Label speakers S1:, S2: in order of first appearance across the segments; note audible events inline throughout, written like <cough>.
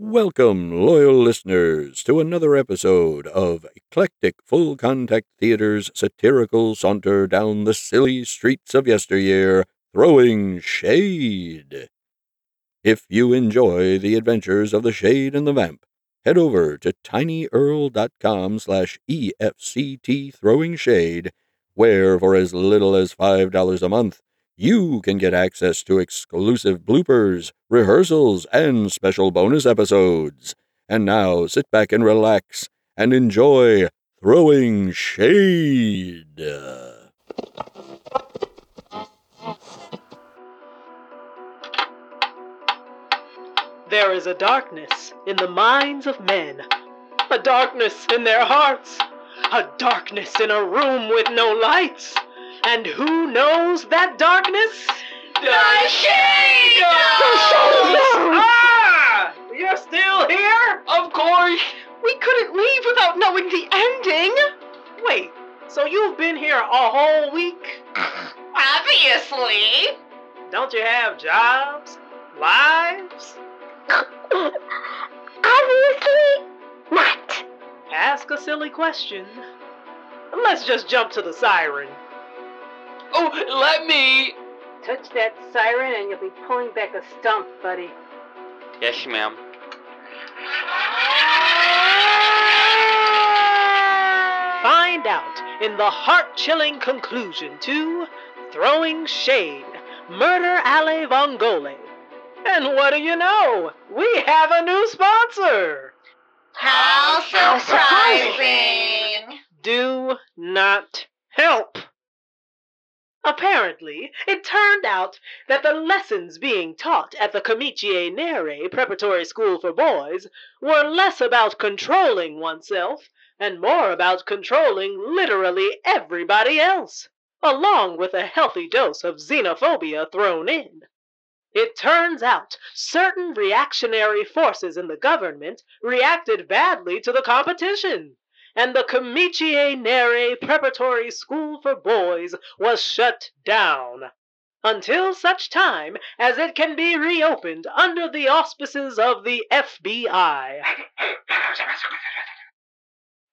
S1: Welcome, loyal listeners, to another episode of Eclectic Full Contact Theater's satirical saunter down the silly streets of yesteryear, throwing shade. If you enjoy the adventures of the shade and the vamp, head over to tinyearl.com slash E EFCT throwing shade, where for as little as $5 a month, you can get access to exclusive bloopers, rehearsals, and special bonus episodes. And now sit back and relax and enjoy Throwing Shade.
S2: There is a darkness in the minds of men, a darkness in their hearts, a darkness in a room with no lights. And who knows that darkness?
S3: The shade!
S2: Ah! You're still here?
S3: Of course! We couldn't leave without knowing the ending!
S2: Wait, so you've been here a whole week?
S3: Obviously!
S2: Don't you have jobs?
S4: <coughs>
S2: Lives?
S3: Obviously not!
S2: Ask a silly question. Let's just jump to the siren.
S3: Oh, let me!
S4: Touch that siren and you'll be pulling back a stump, buddy.
S5: Yes, ma'am.
S2: Find out in the heart chilling conclusion to Throwing Shade Murder Ale Vongole. And what do you know? We have a new sponsor!
S3: How surprising!
S2: Do not help! Apparently, it turned out that the lessons being taught at the Comitie Nere Preparatory School for Boys were less about controlling oneself and more about controlling literally everybody else, along with a healthy dose of xenophobia thrown in. It turns out certain reactionary forces in the government reacted badly to the competition and the Comitie Nere Preparatory School for Boys was shut down until such time as it can be reopened under the auspices of the FBI.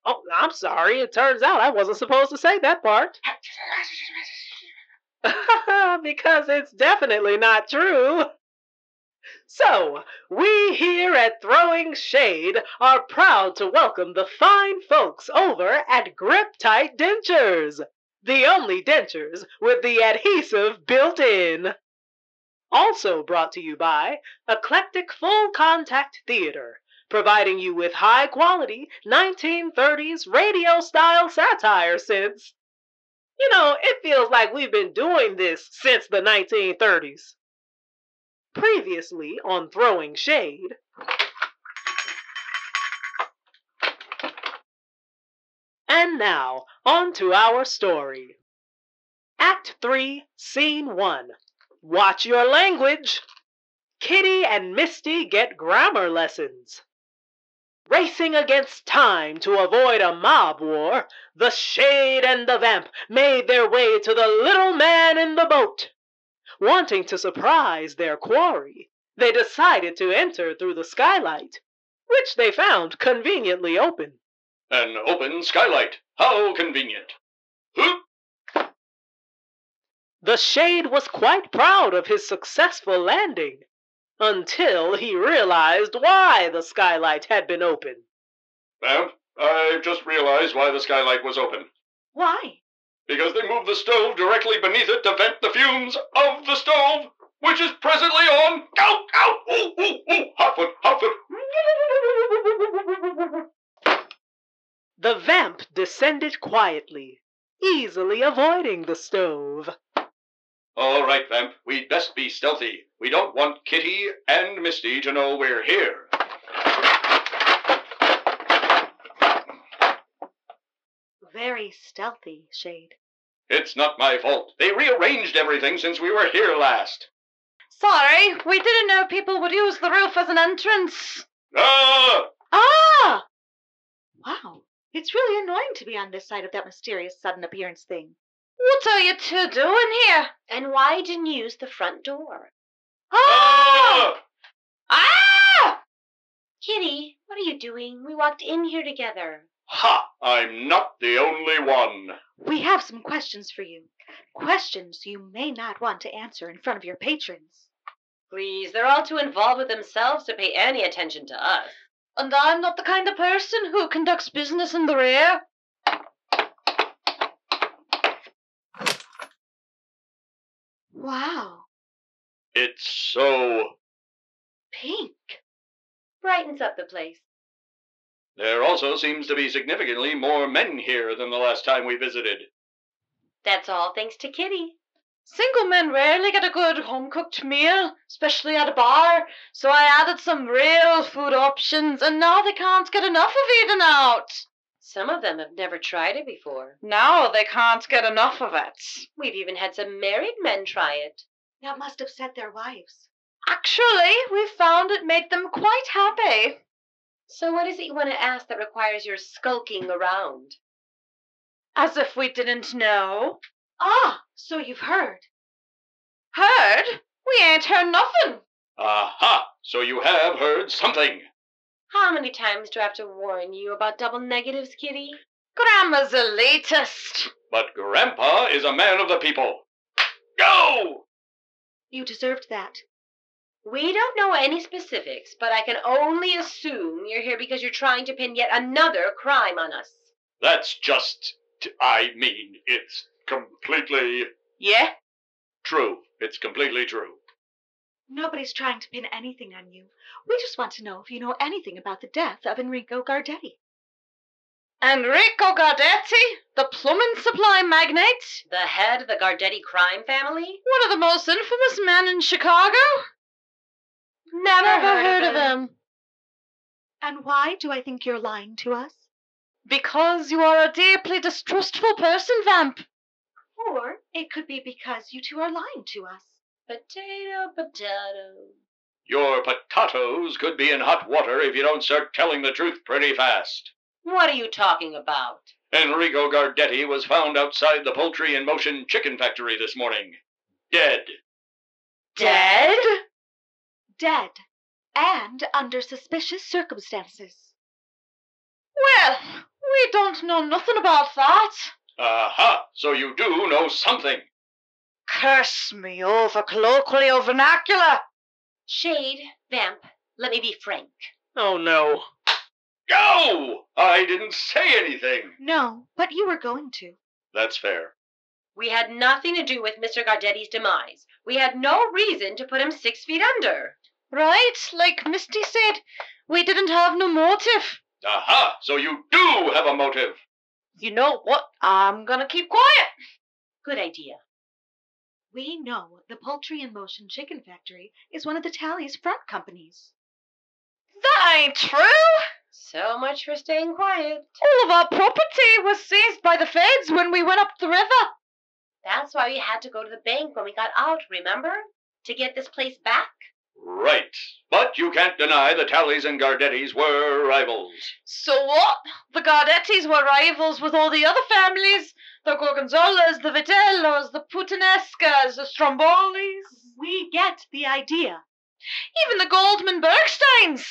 S2: oh, I'm sorry. It turns out I wasn't supposed to say that part. <laughs> because it's definitely not true. So, we here at Throwing Shade are proud to welcome the fine folks over at Grip Tight Dentures, the only dentures with the adhesive built in. Also brought to you by Eclectic Full Contact Theater, providing you with high quality 1930s radio style satire since. You know, it feels like we've been doing this since the 1930s. Previously on Throwing Shade. And now, on to our story. Act 3, Scene 1. Watch your language. Kitty and Misty get grammar lessons. Racing against time to avoid a mob war, the Shade and the Vamp made their way to the little man in the boat. Wanting to surprise their quarry, they decided to enter through the skylight, which they found conveniently open.
S6: An open skylight. How convenient. Huh?
S2: The Shade was quite proud of his successful landing until he realized why the skylight had been open.
S6: Ma'am, I've just realized why the skylight was open.
S3: Why?
S6: Because they moved the stove directly beneath it to vent the fumes of the stove, which is presently on. Ow, ow, ooh, ooh, ooh, hot foot, hot foot.
S2: The vamp descended quietly, easily avoiding the stove.
S6: All right, Vamp, we'd best be stealthy. We don't want Kitty and Misty to know we're here.
S4: Very stealthy, Shade.
S6: It's not my fault. They rearranged everything since we were here last.
S4: Sorry, we didn't know people would use the roof as an entrance.
S6: Ah!
S4: Ah! Wow, it's really annoying to be on this side of that mysterious sudden appearance thing. What are you two doing here? And why didn't you use the front door?
S6: Ah!
S4: Ah! Ah! Kitty, what are you doing? We walked in here together.
S7: Ha! I'm not the only one.
S3: We have some questions for you. Questions you may not want to answer in front of your patrons.
S5: Please, they're all too involved with themselves to pay any attention to us.
S3: And I'm not the kind of person who conducts business in the rear. Wow,
S7: It's so.
S3: pink.
S5: Brightens up the place.
S7: There also seems to be significantly more men here than the last time we visited.
S5: That's all thanks to Kitty.
S3: Single men rarely get a good home cooked meal, especially at a bar, so I added some real food options, and now they can't get enough of eating out.
S5: Some of them have never tried it before.
S3: Now they can't get enough of it.
S5: We've even had some married men try it.
S4: That must upset their wives.
S3: Actually, we found it made them quite happy.
S5: So, what is it you want to ask that requires your skulking around?
S3: As if we didn't know.
S4: Ah, so you've heard.
S3: Heard? We ain't heard nothing.
S7: Aha! So you have heard something.
S5: How many times do I have to warn you about double negatives, Kitty?
S3: Grandma's the latest.
S7: But Grandpa is a man of the people. Go!
S4: You deserved that.
S5: We don't know any specifics, but I can only assume you're here because you're trying to pin yet another crime on us.
S7: That's just. I mean, it's completely
S3: Yeah?
S7: true. It's completely true.
S4: Nobody's trying to pin anything on you. We just want to know if you know anything about the death of Enrico Gardetti.
S3: Enrico Gardetti, the plumbing supply magnate,
S5: The head of the Gardetti crime family?
S3: One of the most infamous men in Chicago? Never heard, of, him.
S4: And why do I think you're lying to us?
S3: Because you are a deeply distrustful person, Vamp.
S4: Or it could be because you two are lying to us.
S5: Potato, potato.
S7: Your potatoes could be in hot water if you don't start telling the truth pretty fast.
S5: What are you talking about?
S7: Enrico Gardetti was found outside the poultry in motion chicken factory this morning. Dead.
S5: Dead?
S4: Dead. And under suspicious circumstances.
S3: Well, we don't know nothing about that.
S7: Aha! So you do know something.
S3: Curse me over colloquial vernacular.
S5: Shade, Vamp, let me be frank.
S8: Oh no.
S7: Go! I didn't say anything.
S4: No, but you were going to.
S7: That's fair.
S5: We had nothing to do with Mr. Gardetti's demise. We had no reason to put him six feet under.
S3: Right, like Misty said, we didn't have no motive.
S7: Aha! So you do have a motive.
S3: You know what?
S4: Uh,
S3: I'm gonna keep quiet.
S5: Good idea.
S4: We know the Poultry in Motion Chicken Factory is one of the Tally's front companies.
S3: That ain't true.
S5: So much for staying quiet.
S3: All of our property was seized by the feds when we went up the river.
S5: That's why we had to go to the bank when we got out, remember? To get this place back?
S7: Right. But you can't deny the Tallies and Gardettis were rivals.
S3: So what? The Gardettis were rivals with all the other families. The Gorgonzolas, the Vitellos, the Putanescas, the Strombolis,
S4: We get the idea.
S3: even the Goldman Bergsteins.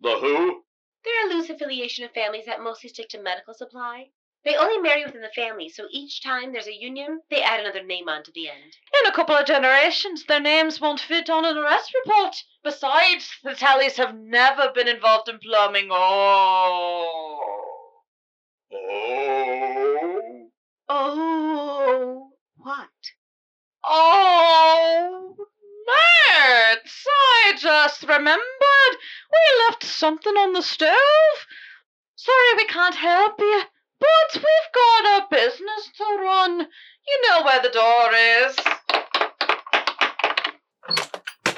S7: The who?
S5: They're a loose affiliation of families that mostly stick to medical supply. They only marry within the family, so each time there's a union, they add another name on to the end.
S3: In a couple of generations, their names won't fit on an arrest report. Besides, the Tallies have never been involved in plumbing. Oh.
S7: Oh.
S4: Oh, what?
S3: Oh, nerds! I just remembered we left something on the stove. Sorry we can't help you, but we've got a business to run. You know where the door is.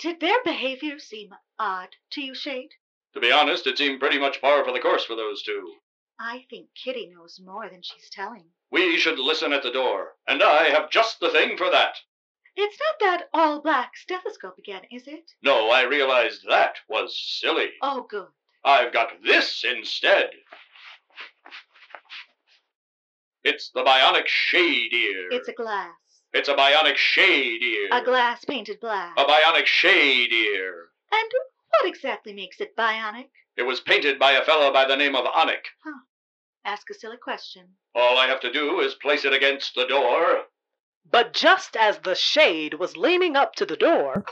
S4: Did their behavior seem odd to you, Shade?
S7: To be honest, it seemed pretty much par for the course for those two.
S4: I think Kitty knows more than she's telling.
S7: We should listen at the door, and I have just the thing for that.
S4: It's not that all black stethoscope again, is it?
S7: No, I realized that was silly.
S4: Oh, good.
S7: I've got this instead. It's the bionic shade ear.
S4: It's a glass.
S7: It's a bionic shade ear.
S4: A glass painted black.
S7: A bionic shade ear.
S4: And What exactly makes it bionic?
S6: It was painted by a fellow by the name of Onik.
S4: Ask a silly question.
S6: All I have to do is place it against the door.
S2: But just as the shade was leaning up to the door,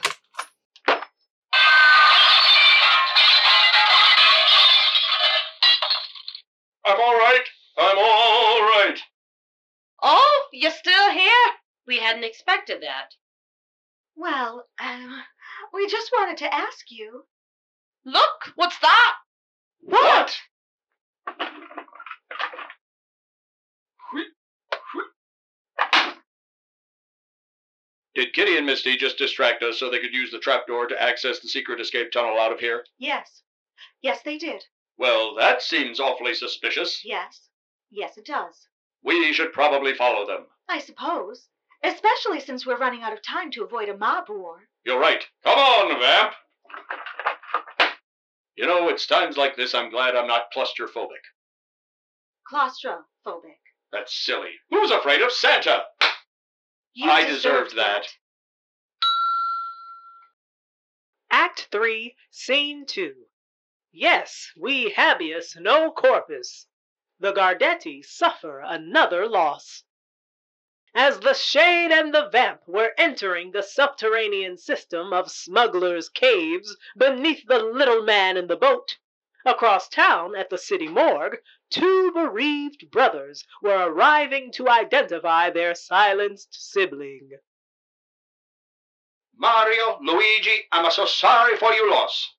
S6: I'm all right. I'm all right.
S3: Oh, you're still here?
S5: We hadn't expected that.
S4: Well, um, we just wanted to ask you.
S3: Look, what's that?
S6: What? Did Kitty and Misty just distract us so they could use the trapdoor to access the secret escape tunnel out of here?
S4: Yes. Yes, they did.
S6: Well, that seems awfully suspicious.
S4: Yes. Yes, it does.
S6: We should probably follow them.
S4: I suppose. Especially since we're running out of time to avoid a mob war.
S6: You're right. Come on, Vamp! You know, it's times like this I'm glad I'm not claustrophobic.
S4: Claustrophobic.
S6: That's silly. Who's afraid of Santa?
S4: You
S6: I deserved that.
S2: Act 3, Scene 2. Yes, we habeas no corpus. The Gardetti suffer another loss. As the Shade and the Vamp were entering the subterranean system of smugglers' caves beneath the little man in the boat, across town at the city morgue, two bereaved brothers were arriving to identify their silenced sibling.
S6: Mario, Luigi, I'm so sorry for your loss.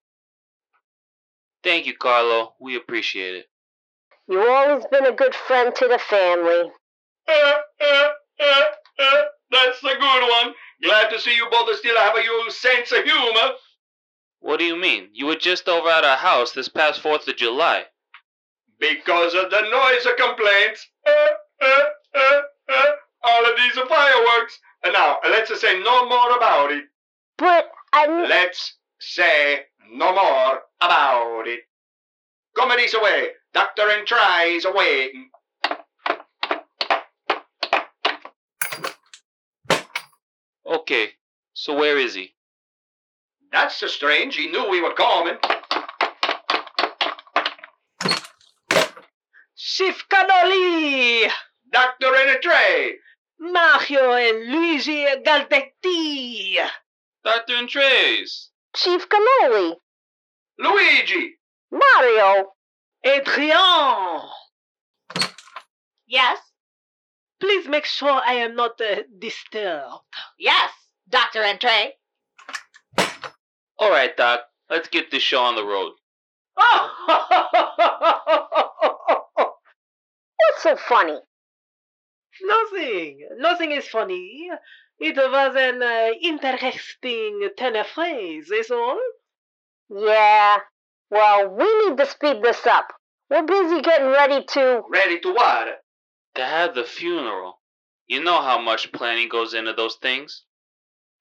S9: Thank you, Carlo. We appreciate it.
S10: You've always been a good friend to the family.
S6: Eh, eh, eh, eh. That's a good one. Glad to see you both still have your sense of humor.
S9: What do you mean? You were just over at our house this past 4th of July.
S6: Because of the noise complaints. Eh, eh, eh, eh. All of these are fireworks. And now, let's say no more about it.
S10: But I
S6: Let's say no more about it. Comedy's away. Doctor and tries away.
S9: Okay, so where is he?
S6: That's so strange. He knew we were coming.
S2: Shifkanoli!
S6: Doctor and a tray.
S2: Mario and Luigi Galdetti!
S9: Dr. and Trace.
S10: Chief Cannoli,
S6: Luigi.
S10: Mario,
S2: Adrien!
S4: Yes.
S2: Please make sure I am not uh, disturbed.
S4: Yes. Dr. Entree.
S9: Alright, Doc. Let's get this show on the road.
S10: <laughs> what's so funny?
S2: Nothing. Nothing is funny. It was an uh, interesting turn of phrase, is all.
S10: Yeah. Well, we need to speed this up. We're busy getting ready to.
S6: Ready to what?
S9: To have the funeral. You know how much planning goes into those things.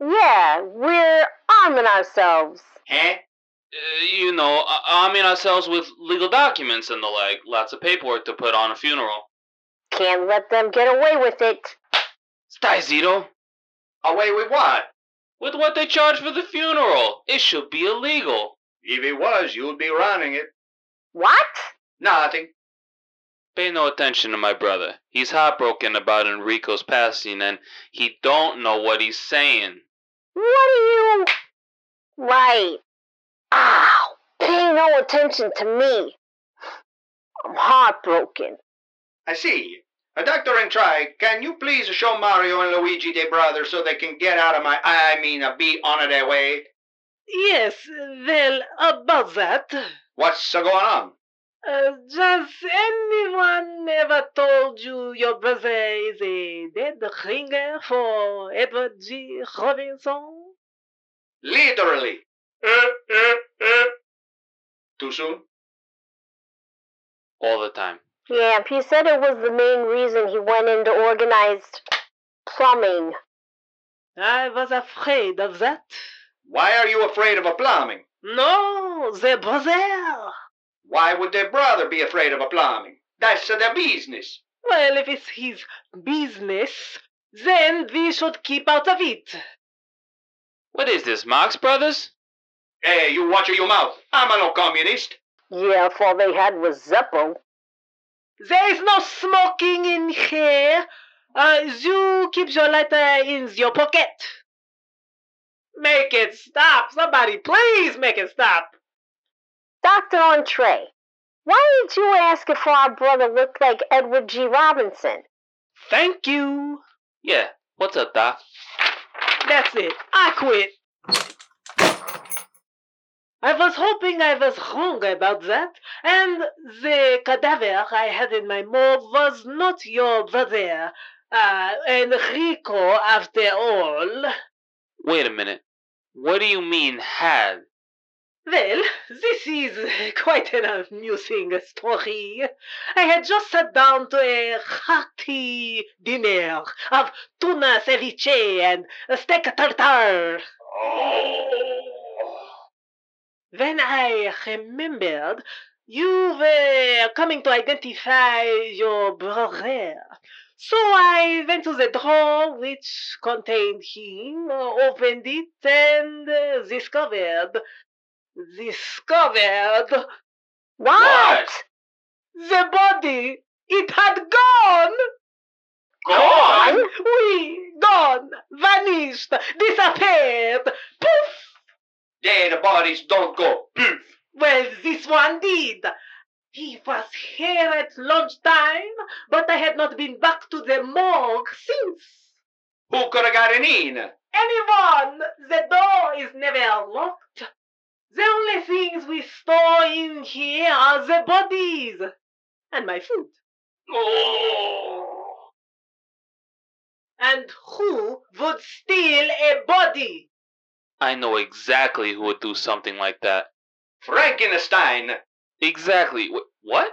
S10: Yeah, we're arming ourselves.
S6: Huh?
S9: Uh, you know, uh, arming ourselves with legal documents and the like. Lots of paperwork to put on a funeral.
S10: Can't let them get away with it.
S9: Stai zitto.
S6: Away with what?
S9: With what they charge for the funeral. It should be illegal.
S6: If it was, you'd be running it.
S10: What?
S6: Nothing.
S9: Pay no attention to my brother. He's heartbroken about Enrico's passing and he don't know what he's saying.
S10: What are you. Right. Ow! Pay no attention to me. I'm heartbroken.
S6: I see. Uh, Doctor and Try, can you please show Mario and Luigi their brother so they can get out of my, I mean, uh, be on their way?
S2: Yes, well, about that.
S6: What's uh, going on?
S2: Uh, does anyone ever told you your brother is a dead ringer for Edward G. Robinson?
S6: Literally. Eh, eh, eh. Too soon?
S9: All the time.
S10: Yeah, he said it was the main reason he went into organized plumbing.
S2: I was afraid of that.
S6: Why are you afraid of a plumbing?
S2: No, the brother.
S6: Why would their brother be afraid of a plumbing? That's uh, their business.
S2: Well, if it's his business, then we should keep out of it.
S9: What is this, Marx Brothers?
S6: Hey, you watch your mouth. I'm no communist.
S10: Yeah, if all they had was Zeppo.
S11: There is no smoking in here. Uh, you keep your lighter in your pocket. Make it stop. Somebody, please make it stop.
S10: Dr. Entree, why did you ask if our brother looked like Edward G. Robinson?
S11: Thank you.
S9: Yeah, what's up, Doc?
S11: That's it. I quit. I was hoping I was wrong about that, and the cadaver I had in my mob was not your brother. Uh, Enrico, after all.
S9: Wait a minute. What do you mean had?
S11: Well, this is <laughs> quite an amusing story. I had just sat down to a hearty dinner of tuna ceviche and steak tartare. When I remembered you were coming to identify your brother. So I went to the drawer which contained him, opened it, and uh, discovered. Discovered
S10: What?
S11: the body. It had gone!
S10: Gone?
S11: Oui, gone, vanished, disappeared. Poof!
S6: Dead bodies don't go. Poof.
S11: Well, this one did. He was here at lunchtime, but I had not been back to the morgue since.
S6: Who could have gotten in?
S11: Anyone! The door is never locked. The only things we store in here are the bodies and my food.
S6: Oh.
S11: And who would steal a body?
S9: I know exactly who would do something like that.
S6: Frankenstein.
S9: Exactly. Wh- what?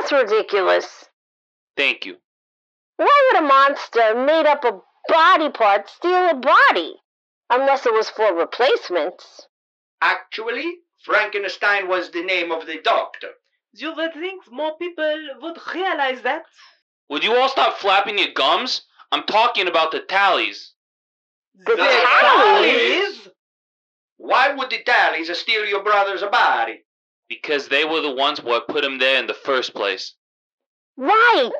S10: That's ridiculous.
S9: Thank you.
S10: Why would a monster made up of body parts steal a body? Unless it was for replacements.
S6: Actually, Frankenstein was the name of the doctor.
S11: You would think more people would realize that.
S9: Would you all stop flapping your gums? I'm talking about the tallies.
S11: The,
S6: tallies? Why would the Dalles steal your brother's body?
S9: Because they were the ones what put him there in the first place.
S10: Right!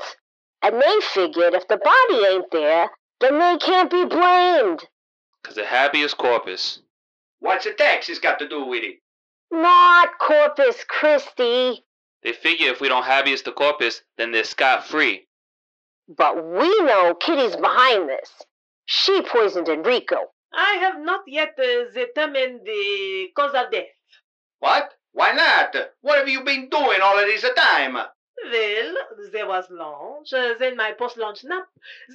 S10: And they figured if the body ain't there, then they can't be blamed.
S9: Because the habeas corpus.
S6: What's the taxes got to do with it?
S10: Not Corpus Christi.
S9: They figure if we don't habeas the corpus, then they're scot free.
S10: But we know Kitty's behind this. She poisoned Enrico.
S11: I have not yet uh, determined the cause of death.
S6: What? Why not? What have you been doing all of this time?
S11: Well, there was lunch, uh, then my post lunch nap,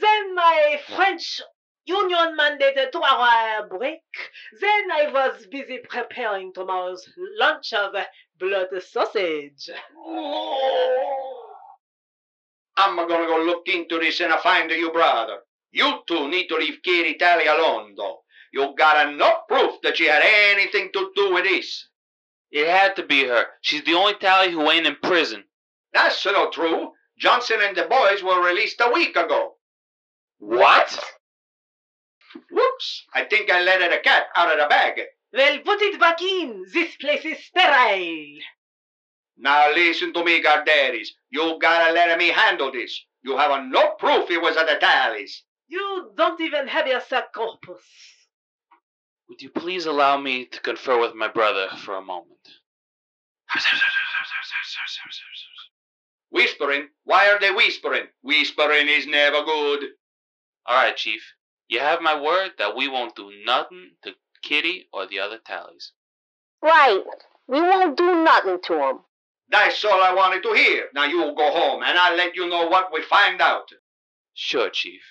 S11: then my French union mandated two hour break, then I was busy preparing tomorrow's lunch of blood sausage.
S6: I'm gonna go look into this and find your brother. You two need to leave Kiri Tally alone, though. You got enough proof that she had anything to do with this.
S9: It had to be her. She's the only tally who ain't in prison.
S6: That's not true. Johnson and the boys were released a week ago.
S9: What?
S6: Whoops! I think I let a cat out of the bag.
S11: Well, put it back in. This place is sterile.
S6: Now listen to me, Garderis. You gotta let me handle this. You have no proof it was at the tallies.
S11: You don't even have your sac corpus.
S9: Would you please allow me to confer with my brother for a moment?
S6: Whispering? Why are they whispering? Whispering is never good.
S9: All right, Chief. You have my word that we won't do nothing to Kitty or the other tallies.
S10: Right. We won't do nothing to him.
S6: That's all I wanted to hear. Now you go home, and I'll let you know what we find out.
S9: Sure, Chief.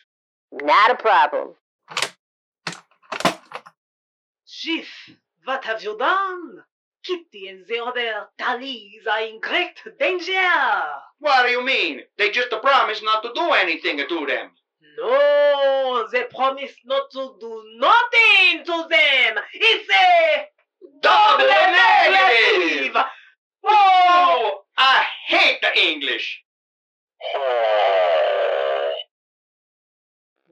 S10: Not a problem.
S11: Chief, what have you done? Kitty and the other tallies are in great danger.
S6: What do you mean? They just promised not to do anything to them.
S11: No, they promised not to do nothing to them. It's a double negative. Ah.
S6: Whoa! I hate the English.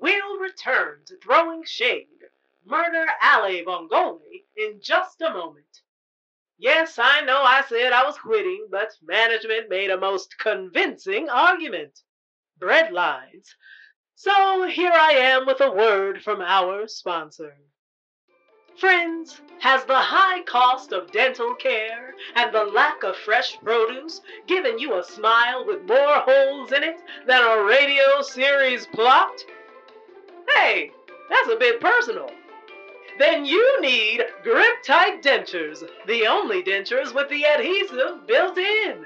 S11: We'll return to throwing shade
S2: Murder Alley Bongoli in just a moment. Yes, I know I said I was quitting, but management made a most convincing argument. Breadlines. So here I am with a word from our sponsor. Friends, has the high cost of dental care and the lack of fresh produce given you a smile with more holes in it than a radio series plot? Hey, that's a bit personal. Then you need Grip Tight Dentures, the only dentures with the adhesive built in.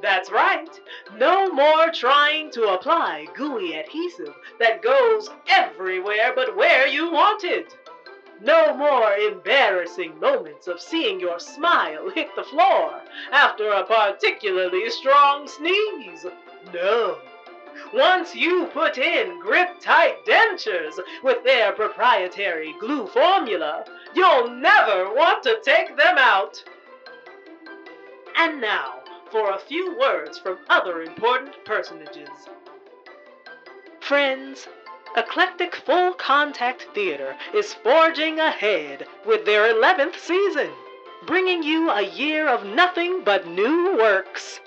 S2: That's right, no more trying to apply gooey adhesive that goes everywhere but where you want it. No more embarrassing moments of seeing your smile hit the floor after a particularly strong sneeze. No. Once you put in grip tight dentures with their proprietary glue formula, you'll never want to take them out. And now for a few words from other important personages. Friends, Eclectic Full Contact Theater is forging ahead with their 11th season, bringing you a year of nothing but new works.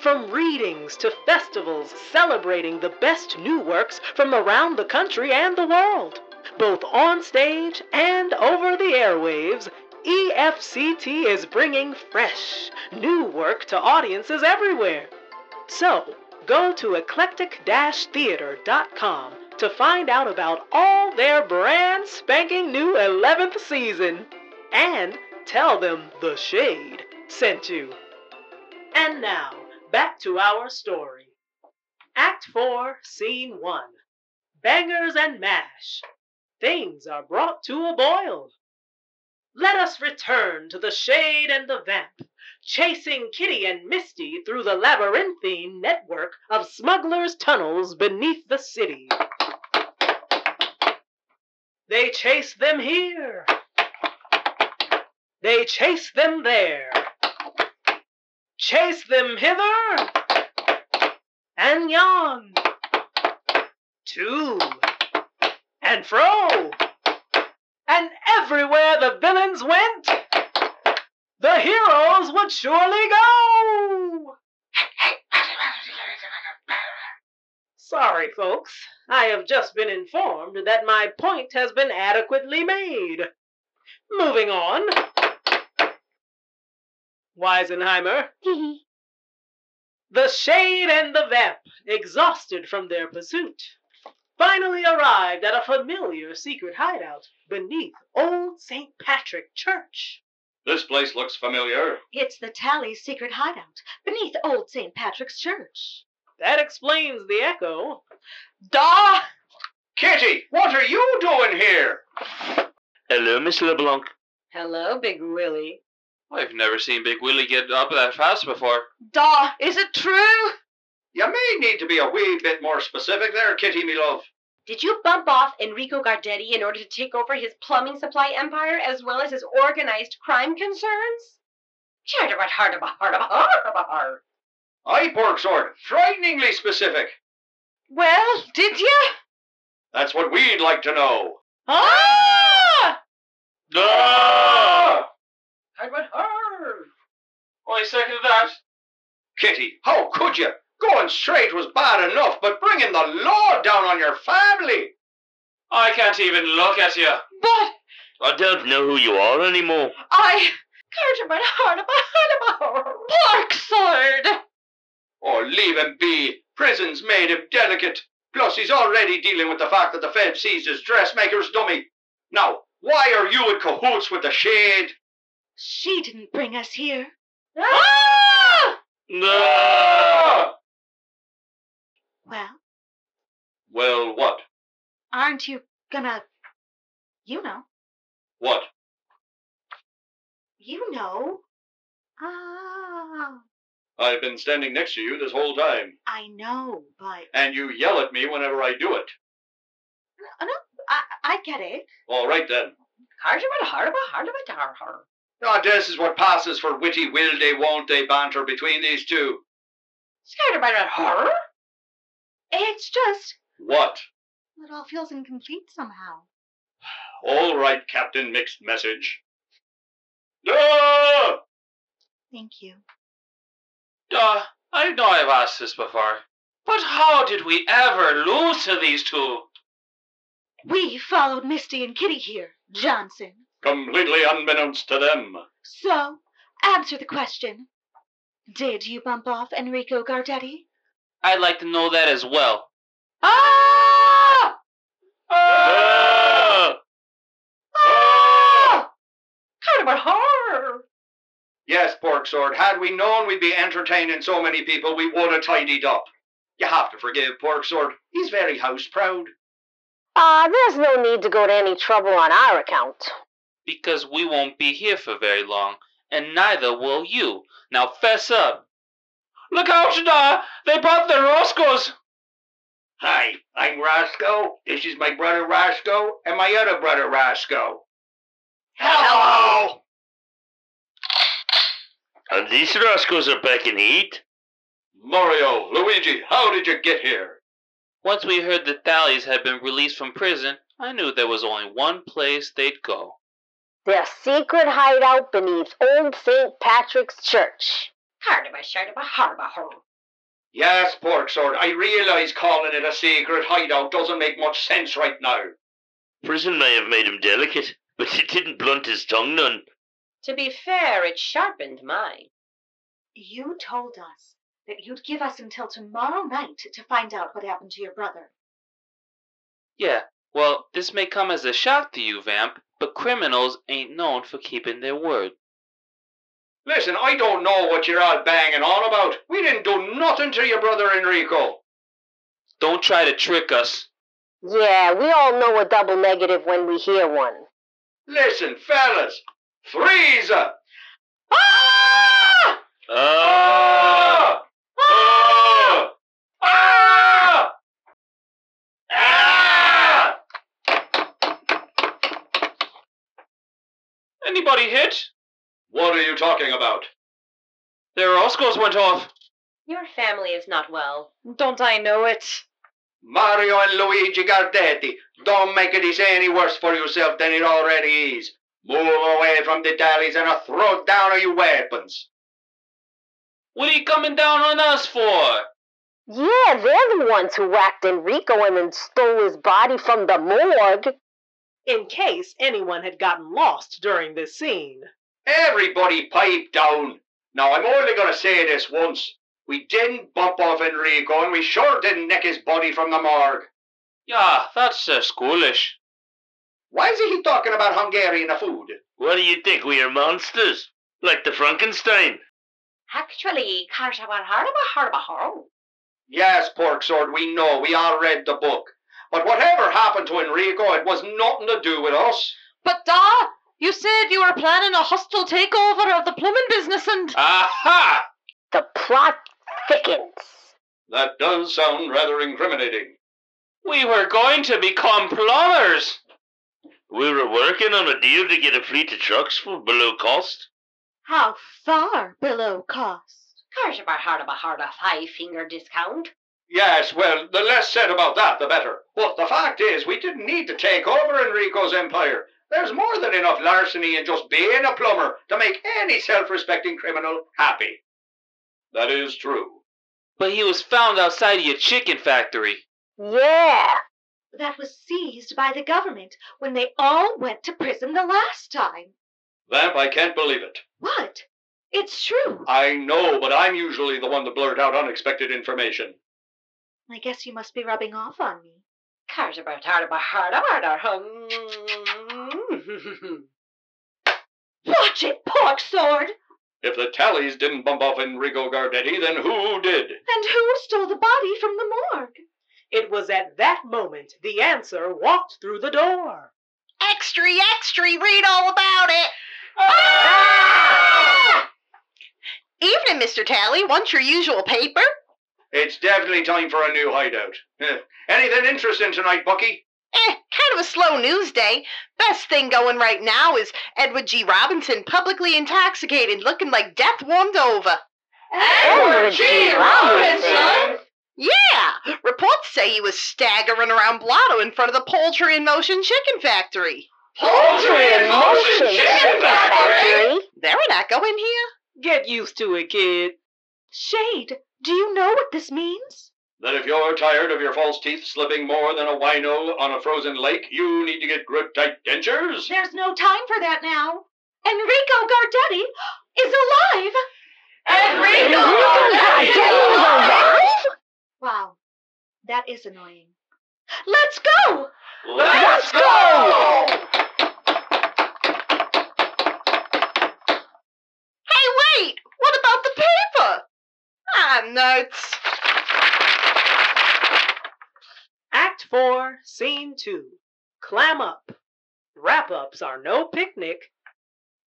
S2: From readings to festivals celebrating the best new works from around the country and the world, both on stage and over the airwaves, E EFCT is bringing fresh, new work to audiences everywhere. So, go to eclectic-theater.com to find out about all their brand spanking new 11th season and tell them The Shade sent you. And now, back to our story. Act 4, Scene 1. Bangers and mash. Things are brought to a boil. Let us return to the shade and the vamp, chasing Kitty and Misty through the labyrinthine network of smugglers' tunnels beneath the city. They chase them here. They chase them there. Chase them hither and yon. To and fro. And everywhere the villains went, the heroes would surely go. Sorry, folks. I have just been informed that my point has been adequately made. Moving on. Weisenheimer. the Shade and the Vamp, exhausted from their pursuit, finally arrived at a familiar secret hideout beneath Old St. Patrick Church.
S6: This place looks familiar.
S4: It's the Tally's secret hideout beneath old St. Patrick's Church.
S2: That explains the echo.
S3: Da!
S6: Kitty, what are you doing here?
S9: Hello, Miss LeBlanc.
S3: Hello, Big Willie.
S9: I've never seen Big Willie get up that fast before.
S3: Da! Is it true?
S6: You may need to be a wee bit more specific there, Kitty, me love.
S5: Did you bump off Enrico Gardetti in order to take over his plumbing supply empire as well as his organized crime concerns? Chardabat hardabat hardabat hardabat har.
S6: I, pork sword, frighteningly specific.
S3: Well, did you?
S6: That's what we'd like to know.
S3: Ah!
S6: Ah!
S5: Hardabat har.
S9: I second that.
S6: Kitty, how could you? Going straight was bad enough, but bringing the law down on your family.
S9: I can't even look at you.
S3: But
S9: I don't know who you are anymore.
S3: I.
S5: Chardabat hardabat hardabat har.
S3: Bark sword!
S6: Oh, leave him be. Prison's made him delicate. Plus, he's already dealing with the fact that the Fed seized his dressmaker's dummy. Now, why are you in cahoots with the shade?
S4: She didn't bring us here.
S3: Ah!
S6: Ah!
S4: Well,
S6: Well, what?
S4: aren't you gonna. You know.
S6: What?
S4: You know. Ah,
S6: I've been standing next to you this whole time,
S4: I know, but.
S6: and you yell at me whenever I do it.
S4: uh, I, I get it.
S6: All right, then.
S5: Chardabat hardabat hardabat har har.
S6: Now, Ah, this is what passes for witty will they, won't they banter between these two.
S5: Chardabat har.
S4: It's just.
S6: What?
S4: It all feels incomplete somehow.
S6: All right, Captain Mixed Message. Ah!
S4: Thank you.
S9: Duh, I know I've asked this before. But how did we ever lose to these two?
S4: We followed Misty and Kitty here, Johnson.
S6: Completely unbeknownst to them.
S4: So, answer the question. Did you bump off Enrico Gardetti?
S9: I'd like to know that as well.
S3: Ah!
S6: Ah!
S3: Ah! Cardamom horror!
S6: Yes, Porksword, had we known we'd be entertaining so many people, we would have tidied up. You have to forgive Porksword. He's very house proud.
S10: Ah, there's no need to go to any trouble on our account.
S9: Because we won't be here for very long, and neither will you. Now fess up. Look out, Shada! They brought their Roscoe's!
S6: Hi, I'm Roscoe. This is my brother Roscoe and my other brother Roscoe. Hello!
S12: And these rascals are back in heat?
S6: Mario, Luigi, how did you get here?
S9: Once we heard the Thallies had been released from prison, I knew there was only one place they'd go.
S10: Their secret hideout beneath Old St. Patrick's Church.
S5: Hardaba, shardaba, hardaba, horror.
S6: Yes, Porksword, I realize calling it a secret hideout doesn't make much sense right now.
S12: Prison may have made him delicate, but it didn't blunt his tongue none.
S5: To be fair, it sharpened mine.
S4: You told us that you'd give us until tomorrow night to find out what happened to your brother.
S9: Yeah, well, this may come as a shock to you, Vamp, but criminals ain't known for keeping their word.
S6: Listen, I don't know what you're all banging on about. We didn't do nothing to your brother Enrico.
S9: Don't try to trick us.
S10: Yeah, we all know a double negative when we hear one.
S6: Listen, fellas, freeze! up.
S3: Ah!
S6: Ah! Ah! Ah! Ah!
S9: Anybody hit?
S6: What are you talking about?
S9: Their Roscoe's went off.
S5: Your family is not well.
S3: Don't I know it?
S6: Mario and Luigi Gardetti, don't make it any worse for yourself than it already is. Move away from the tallies and I'll throw down all your weapons.
S9: What are you coming down on us for?
S10: Yeah, they're the ones who whacked Enrico and then stole his body from the morgue.
S2: in case anyone had gotten lost during this scene.
S6: Everybody pipe down. Now, I'm only going to say this once. We didn't bump off Enrico and we sure didn't nick his body from the morgue.
S9: Yeah, that's just schoolish.
S6: Why is he talking about Hungarian food?
S12: What do you think? We are monsters? Like the Frankenstein?
S5: Actually, Kartaba, hardaba, hardaba, horror.
S6: Yes, Porksword, we know. We all read the book. But whatever happened to Enrico, it was nothing to do with us.
S3: But, Da, you said you were planning a hostile takeover of the plumbing business and.
S9: Aha!
S10: The plot thickens.
S6: That does sound rather incriminating.
S9: We were going to become plumbers!
S12: We were working on a deal to get a fleet of trucks for below cost.
S4: How far below cost?
S5: Kartaba, hardaba, hardaba, five finger discount.
S6: Yes, well, the less said about that, the better. But the fact is, we didn't need to take over Enrico's empire. There's more than enough larceny in just being a plumber to make any self respecting criminal happy. That is true.
S9: But he was found outside of your chicken factory.
S10: Yeah.
S4: That was seized by the government when they all went to prison the last time.
S6: Vamp, I can't believe it.
S4: What? It's true.
S6: I know, but I'm usually the one to blurt out unexpected information.
S4: I guess you must be rubbing off on me.
S5: Kartaba, hardaba, hardaba, hardaba.
S4: Watch it, pork sword!
S6: If the tallies didn't bump off Enrico Gardetti, then who did?
S4: And who stole the body from the morgue?
S2: It was at that moment the answer walked through the door.
S3: Extra, extra, read all about it!
S13: Ah!
S3: Evening, Mr. Tally. Want your usual paper?
S6: It's definitely time for a new hideout. <laughs> Eh, Anything interesting tonight, Bucky?
S13: Eh, kind of a slow news day. Best thing going right now is Edward G. Robinson publicly intoxicated, looking like death warmed over.
S10: Edward G. Robinson?
S13: Yeah, reports say he was staggering around Blotto in front of the poultry and motion chicken factory.
S2: Poultry in motion chicken factory.
S13: There an echo in here?
S2: Get used to it, kid.
S4: Shade, do you know what this means?
S6: That if you're tired of your false teeth slipping more than a wino on a frozen lake, you need to get grip tight dentures?
S4: There's no time for that now. Enrico Gardetti is alive!
S5: Enrico
S4: Gardetti
S5: is alive?
S4: Wow, that is annoying. Let's go!
S5: Let's go!
S13: Hey, wait! What about the paper? Ah, nuts.
S2: Act 4, Scene 2. Clam up. Wrap ups are no picnic.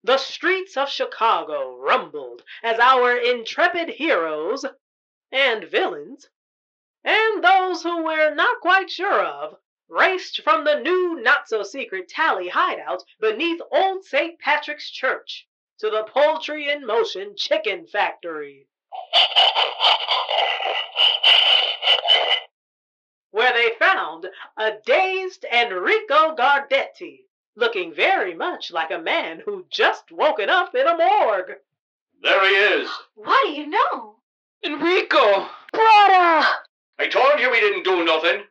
S2: The streets of Chicago rumbled as our intrepid heroes and villains and those who we're not quite sure of raced from the new not so secret tally hideout beneath Old St. Patrick's Church to the Poultry in Motion Chicken Factory. where they found a dazed Enrico Gardetti, looking very much like a man who just woken up in a morgue.
S6: There he is.
S4: What do you know?
S9: Enrico!
S10: Brother!
S6: I told you he didn't do nothing.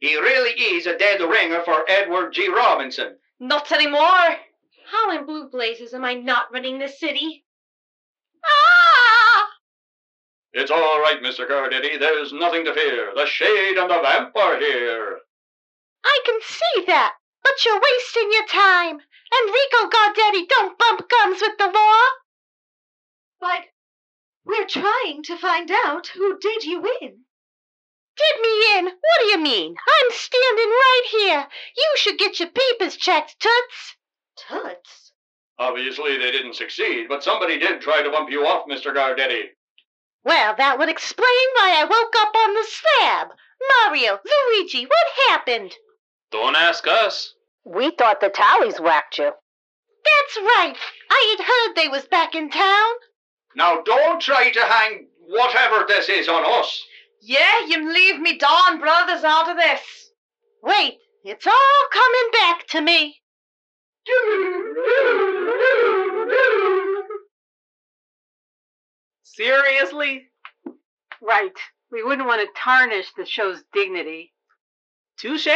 S6: He really is a dead ringer for Edward G. Robinson.
S5: Not anymore. How in blue blazes am I not running this city?
S6: It's all right, Mr. Cardetti. There's nothing to fear. The shade and the vamp are here.
S13: I can see that, but you're wasting your time. Enrico Gardetti don't bump gums with the law.
S4: But we're trying to find out who did you in.
S13: Did me in? What do you mean? I'm standing right here. You should get your papers checked, Toots.
S4: Toots?
S6: Obviously, they didn't succeed, but somebody did try to bump you off, Mr. Gardetti.
S13: Well, that would explain why I woke up on the slab. Mario, Luigi, what happened?
S9: Don't ask us.
S10: We thought the tallies whacked you.
S13: That's right. I had heard they was back in town.
S6: Now, don't try to hang whatever this is on us.
S3: Yeah, you leave me darn brothers out of this.
S13: Wait, it's all coming back to me.
S2: Seriously?
S14: Right. We wouldn't want to tarnish the show's dignity.
S2: Touche.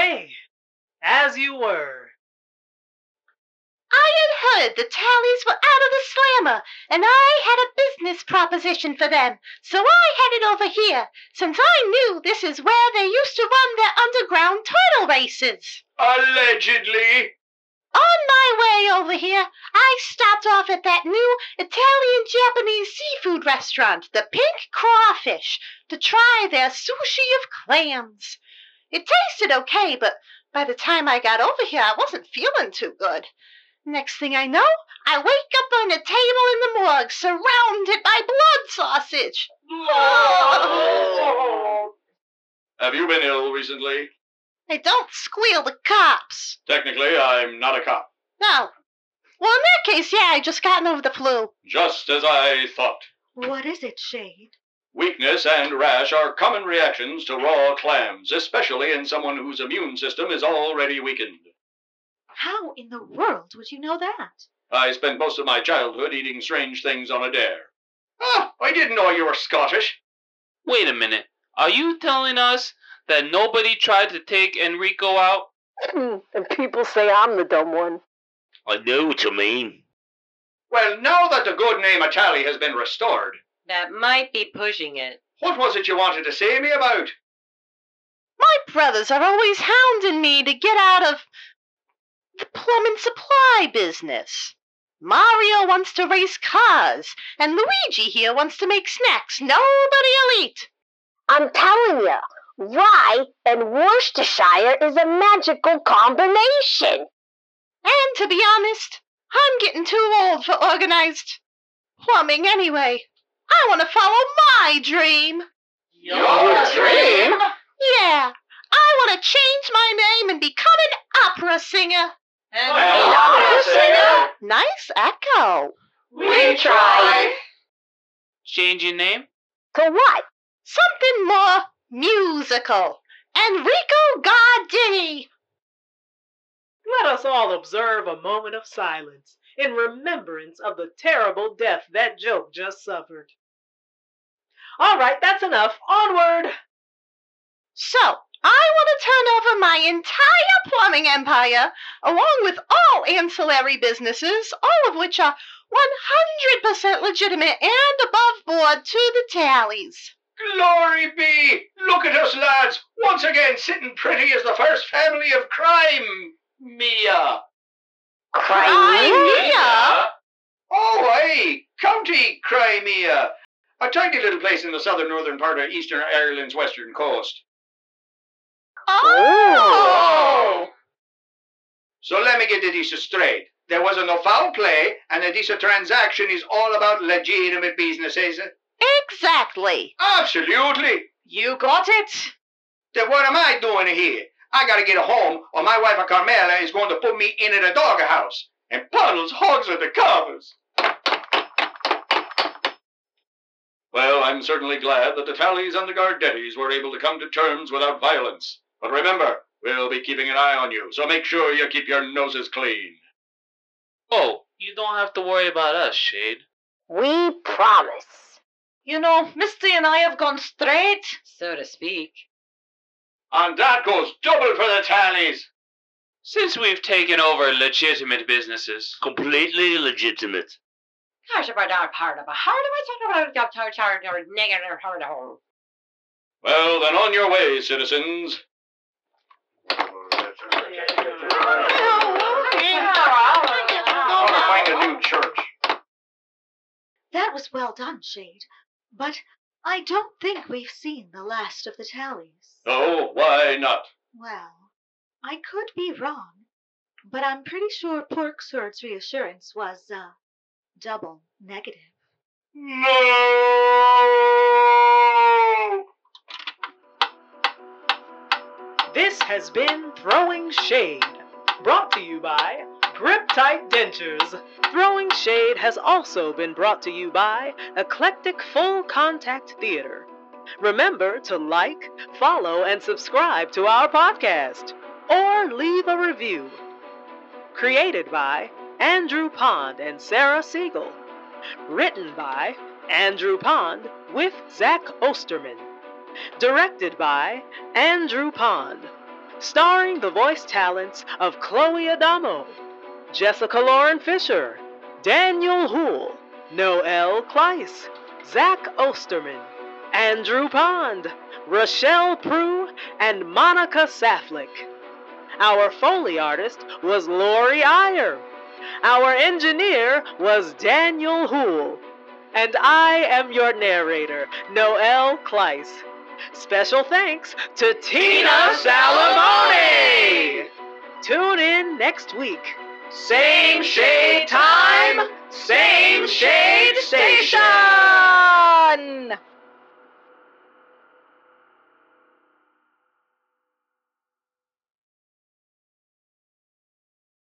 S2: As you were.
S13: I had heard the tallies were out of the slammer, and I had a business proposition for them, so I headed over here, since I knew this is where they used to run their underground turtle races.
S6: Allegedly.
S13: On my way over here, I stopped off at that new Italian Japanese seafood restaurant, the Pink Crawfish, to try their sushi of clams. It tasted okay, but by the time I got over here, I wasn't feeling too good. Next thing I know, I wake up on a table in the morgue surrounded by blood sausage.
S12: Oh!
S6: Have you been ill recently?
S13: I don't squeal the cops.
S6: Technically, I'm not a cop.
S13: No. Well, in that case, yeah, I just gotten over the flu.
S6: Just as I thought.
S4: What is it, Shade?
S6: Weakness and rash are common reactions to raw clams, especially in someone whose immune system is already weakened.
S4: How in the world would you know that?
S6: I spent most of my childhood eating strange things on a dare. Ah, I didn't know you were Scottish.
S9: Wait a minute. Are you telling us that nobody tried to take Enrico out?
S10: <laughs> and people say I'm the dumb one.
S12: I know what
S10: <laughs>
S12: you mean.
S6: Well, now that the good name of Tally has been restored,
S3: That might be pushing it.
S6: what was it you wanted to say to me about?
S13: My brothers are always hounding me to get out of the plumbing supply business. Mario wants to race cars, and Luigi here wants to make snacks nobody'll eat.
S10: I'm telling you, rye and Worcestershire is a magical combination.
S13: And to be honest, I'm getting too old for organized plumbing anyway. I want to follow my dream.
S5: Your dream?
S13: Yeah, I want to change my name and become an opera singer.
S5: An opera singer?
S13: Nice echo.
S5: We tried.
S9: Change your name?
S10: To what?
S13: Something more musical. Enrico Gardini.
S2: Let us all observe a moment of silence in remembrance of the terrible death that joke just suffered. All right, that's enough. Onward!
S13: So, I want to turn over my entire plumbing empire, along with all ancillary businesses, all of which are 100% legitimate and above board to the tallies.
S6: Glory be! Look at us, lads! Once again, sitting pretty as the first family of crime. Mia.
S13: Crimea?
S6: Oh, aye. County Crimea. A tiny little place in the southern northern part of Eastern Ireland's western coast.
S13: Oh!
S6: So let me get this straight. There wasn't no foul play, and this transaction is all about legitimate businesses.
S13: Exactly.
S6: Absolutely.
S13: You got it.
S6: Then what am I doing here? I gotta get home, or my wife Carmela is going to put me in at a doghouse. And Puddles hugs at the covers. Well, I'm certainly glad that the Tallies and the Gardettis were able to come to terms without violence. But remember, we'll be keeping an eye on you, so make sure you keep your noses clean.
S9: Oh, you don't have to worry about us, Shade.
S10: We promise.
S3: You know, Misty and I have gone straight, so to speak.
S6: And that goes double for the Tallies.
S9: Since we've taken over legitimate businesses,
S12: Completely legitimate.
S6: Well, then on your way, citizens. Gotta find a new church.
S4: That was well done, Shade. But I don't think we've seen the last of the tallies.
S6: Oh, why not?
S4: Well, I could be wrong, but I'm pretty sure Pork Sword's reassurance was, uh, double negative.
S6: No!
S2: This has been Throwing Shade, brought to you by Grip Tight Dentures. Throwing Shade has also been brought to you by Eclectic Full Contact Theater. Remember to like, follow, and subscribe to our podcast, or leave a review. Created by Andrew Pond and Sarah Siegel. Written by Andrew Pond with Zach Osterman. Directed by Andrew Pond. Starring the voice talents of Chloe Adamo, Jessica Lauren Fisher, Daniel Houle, Noel Kleiss, Zach Osterman, Andrew Pond, Rochelle Prue, and Monica Saflick. Our Foley artist was Lori Iyer. Our engineer was Daniel Houle. And I am your narrator, Noel Kleiss. Special thanks to Tina Salamone! Tune in next week. Same shade time.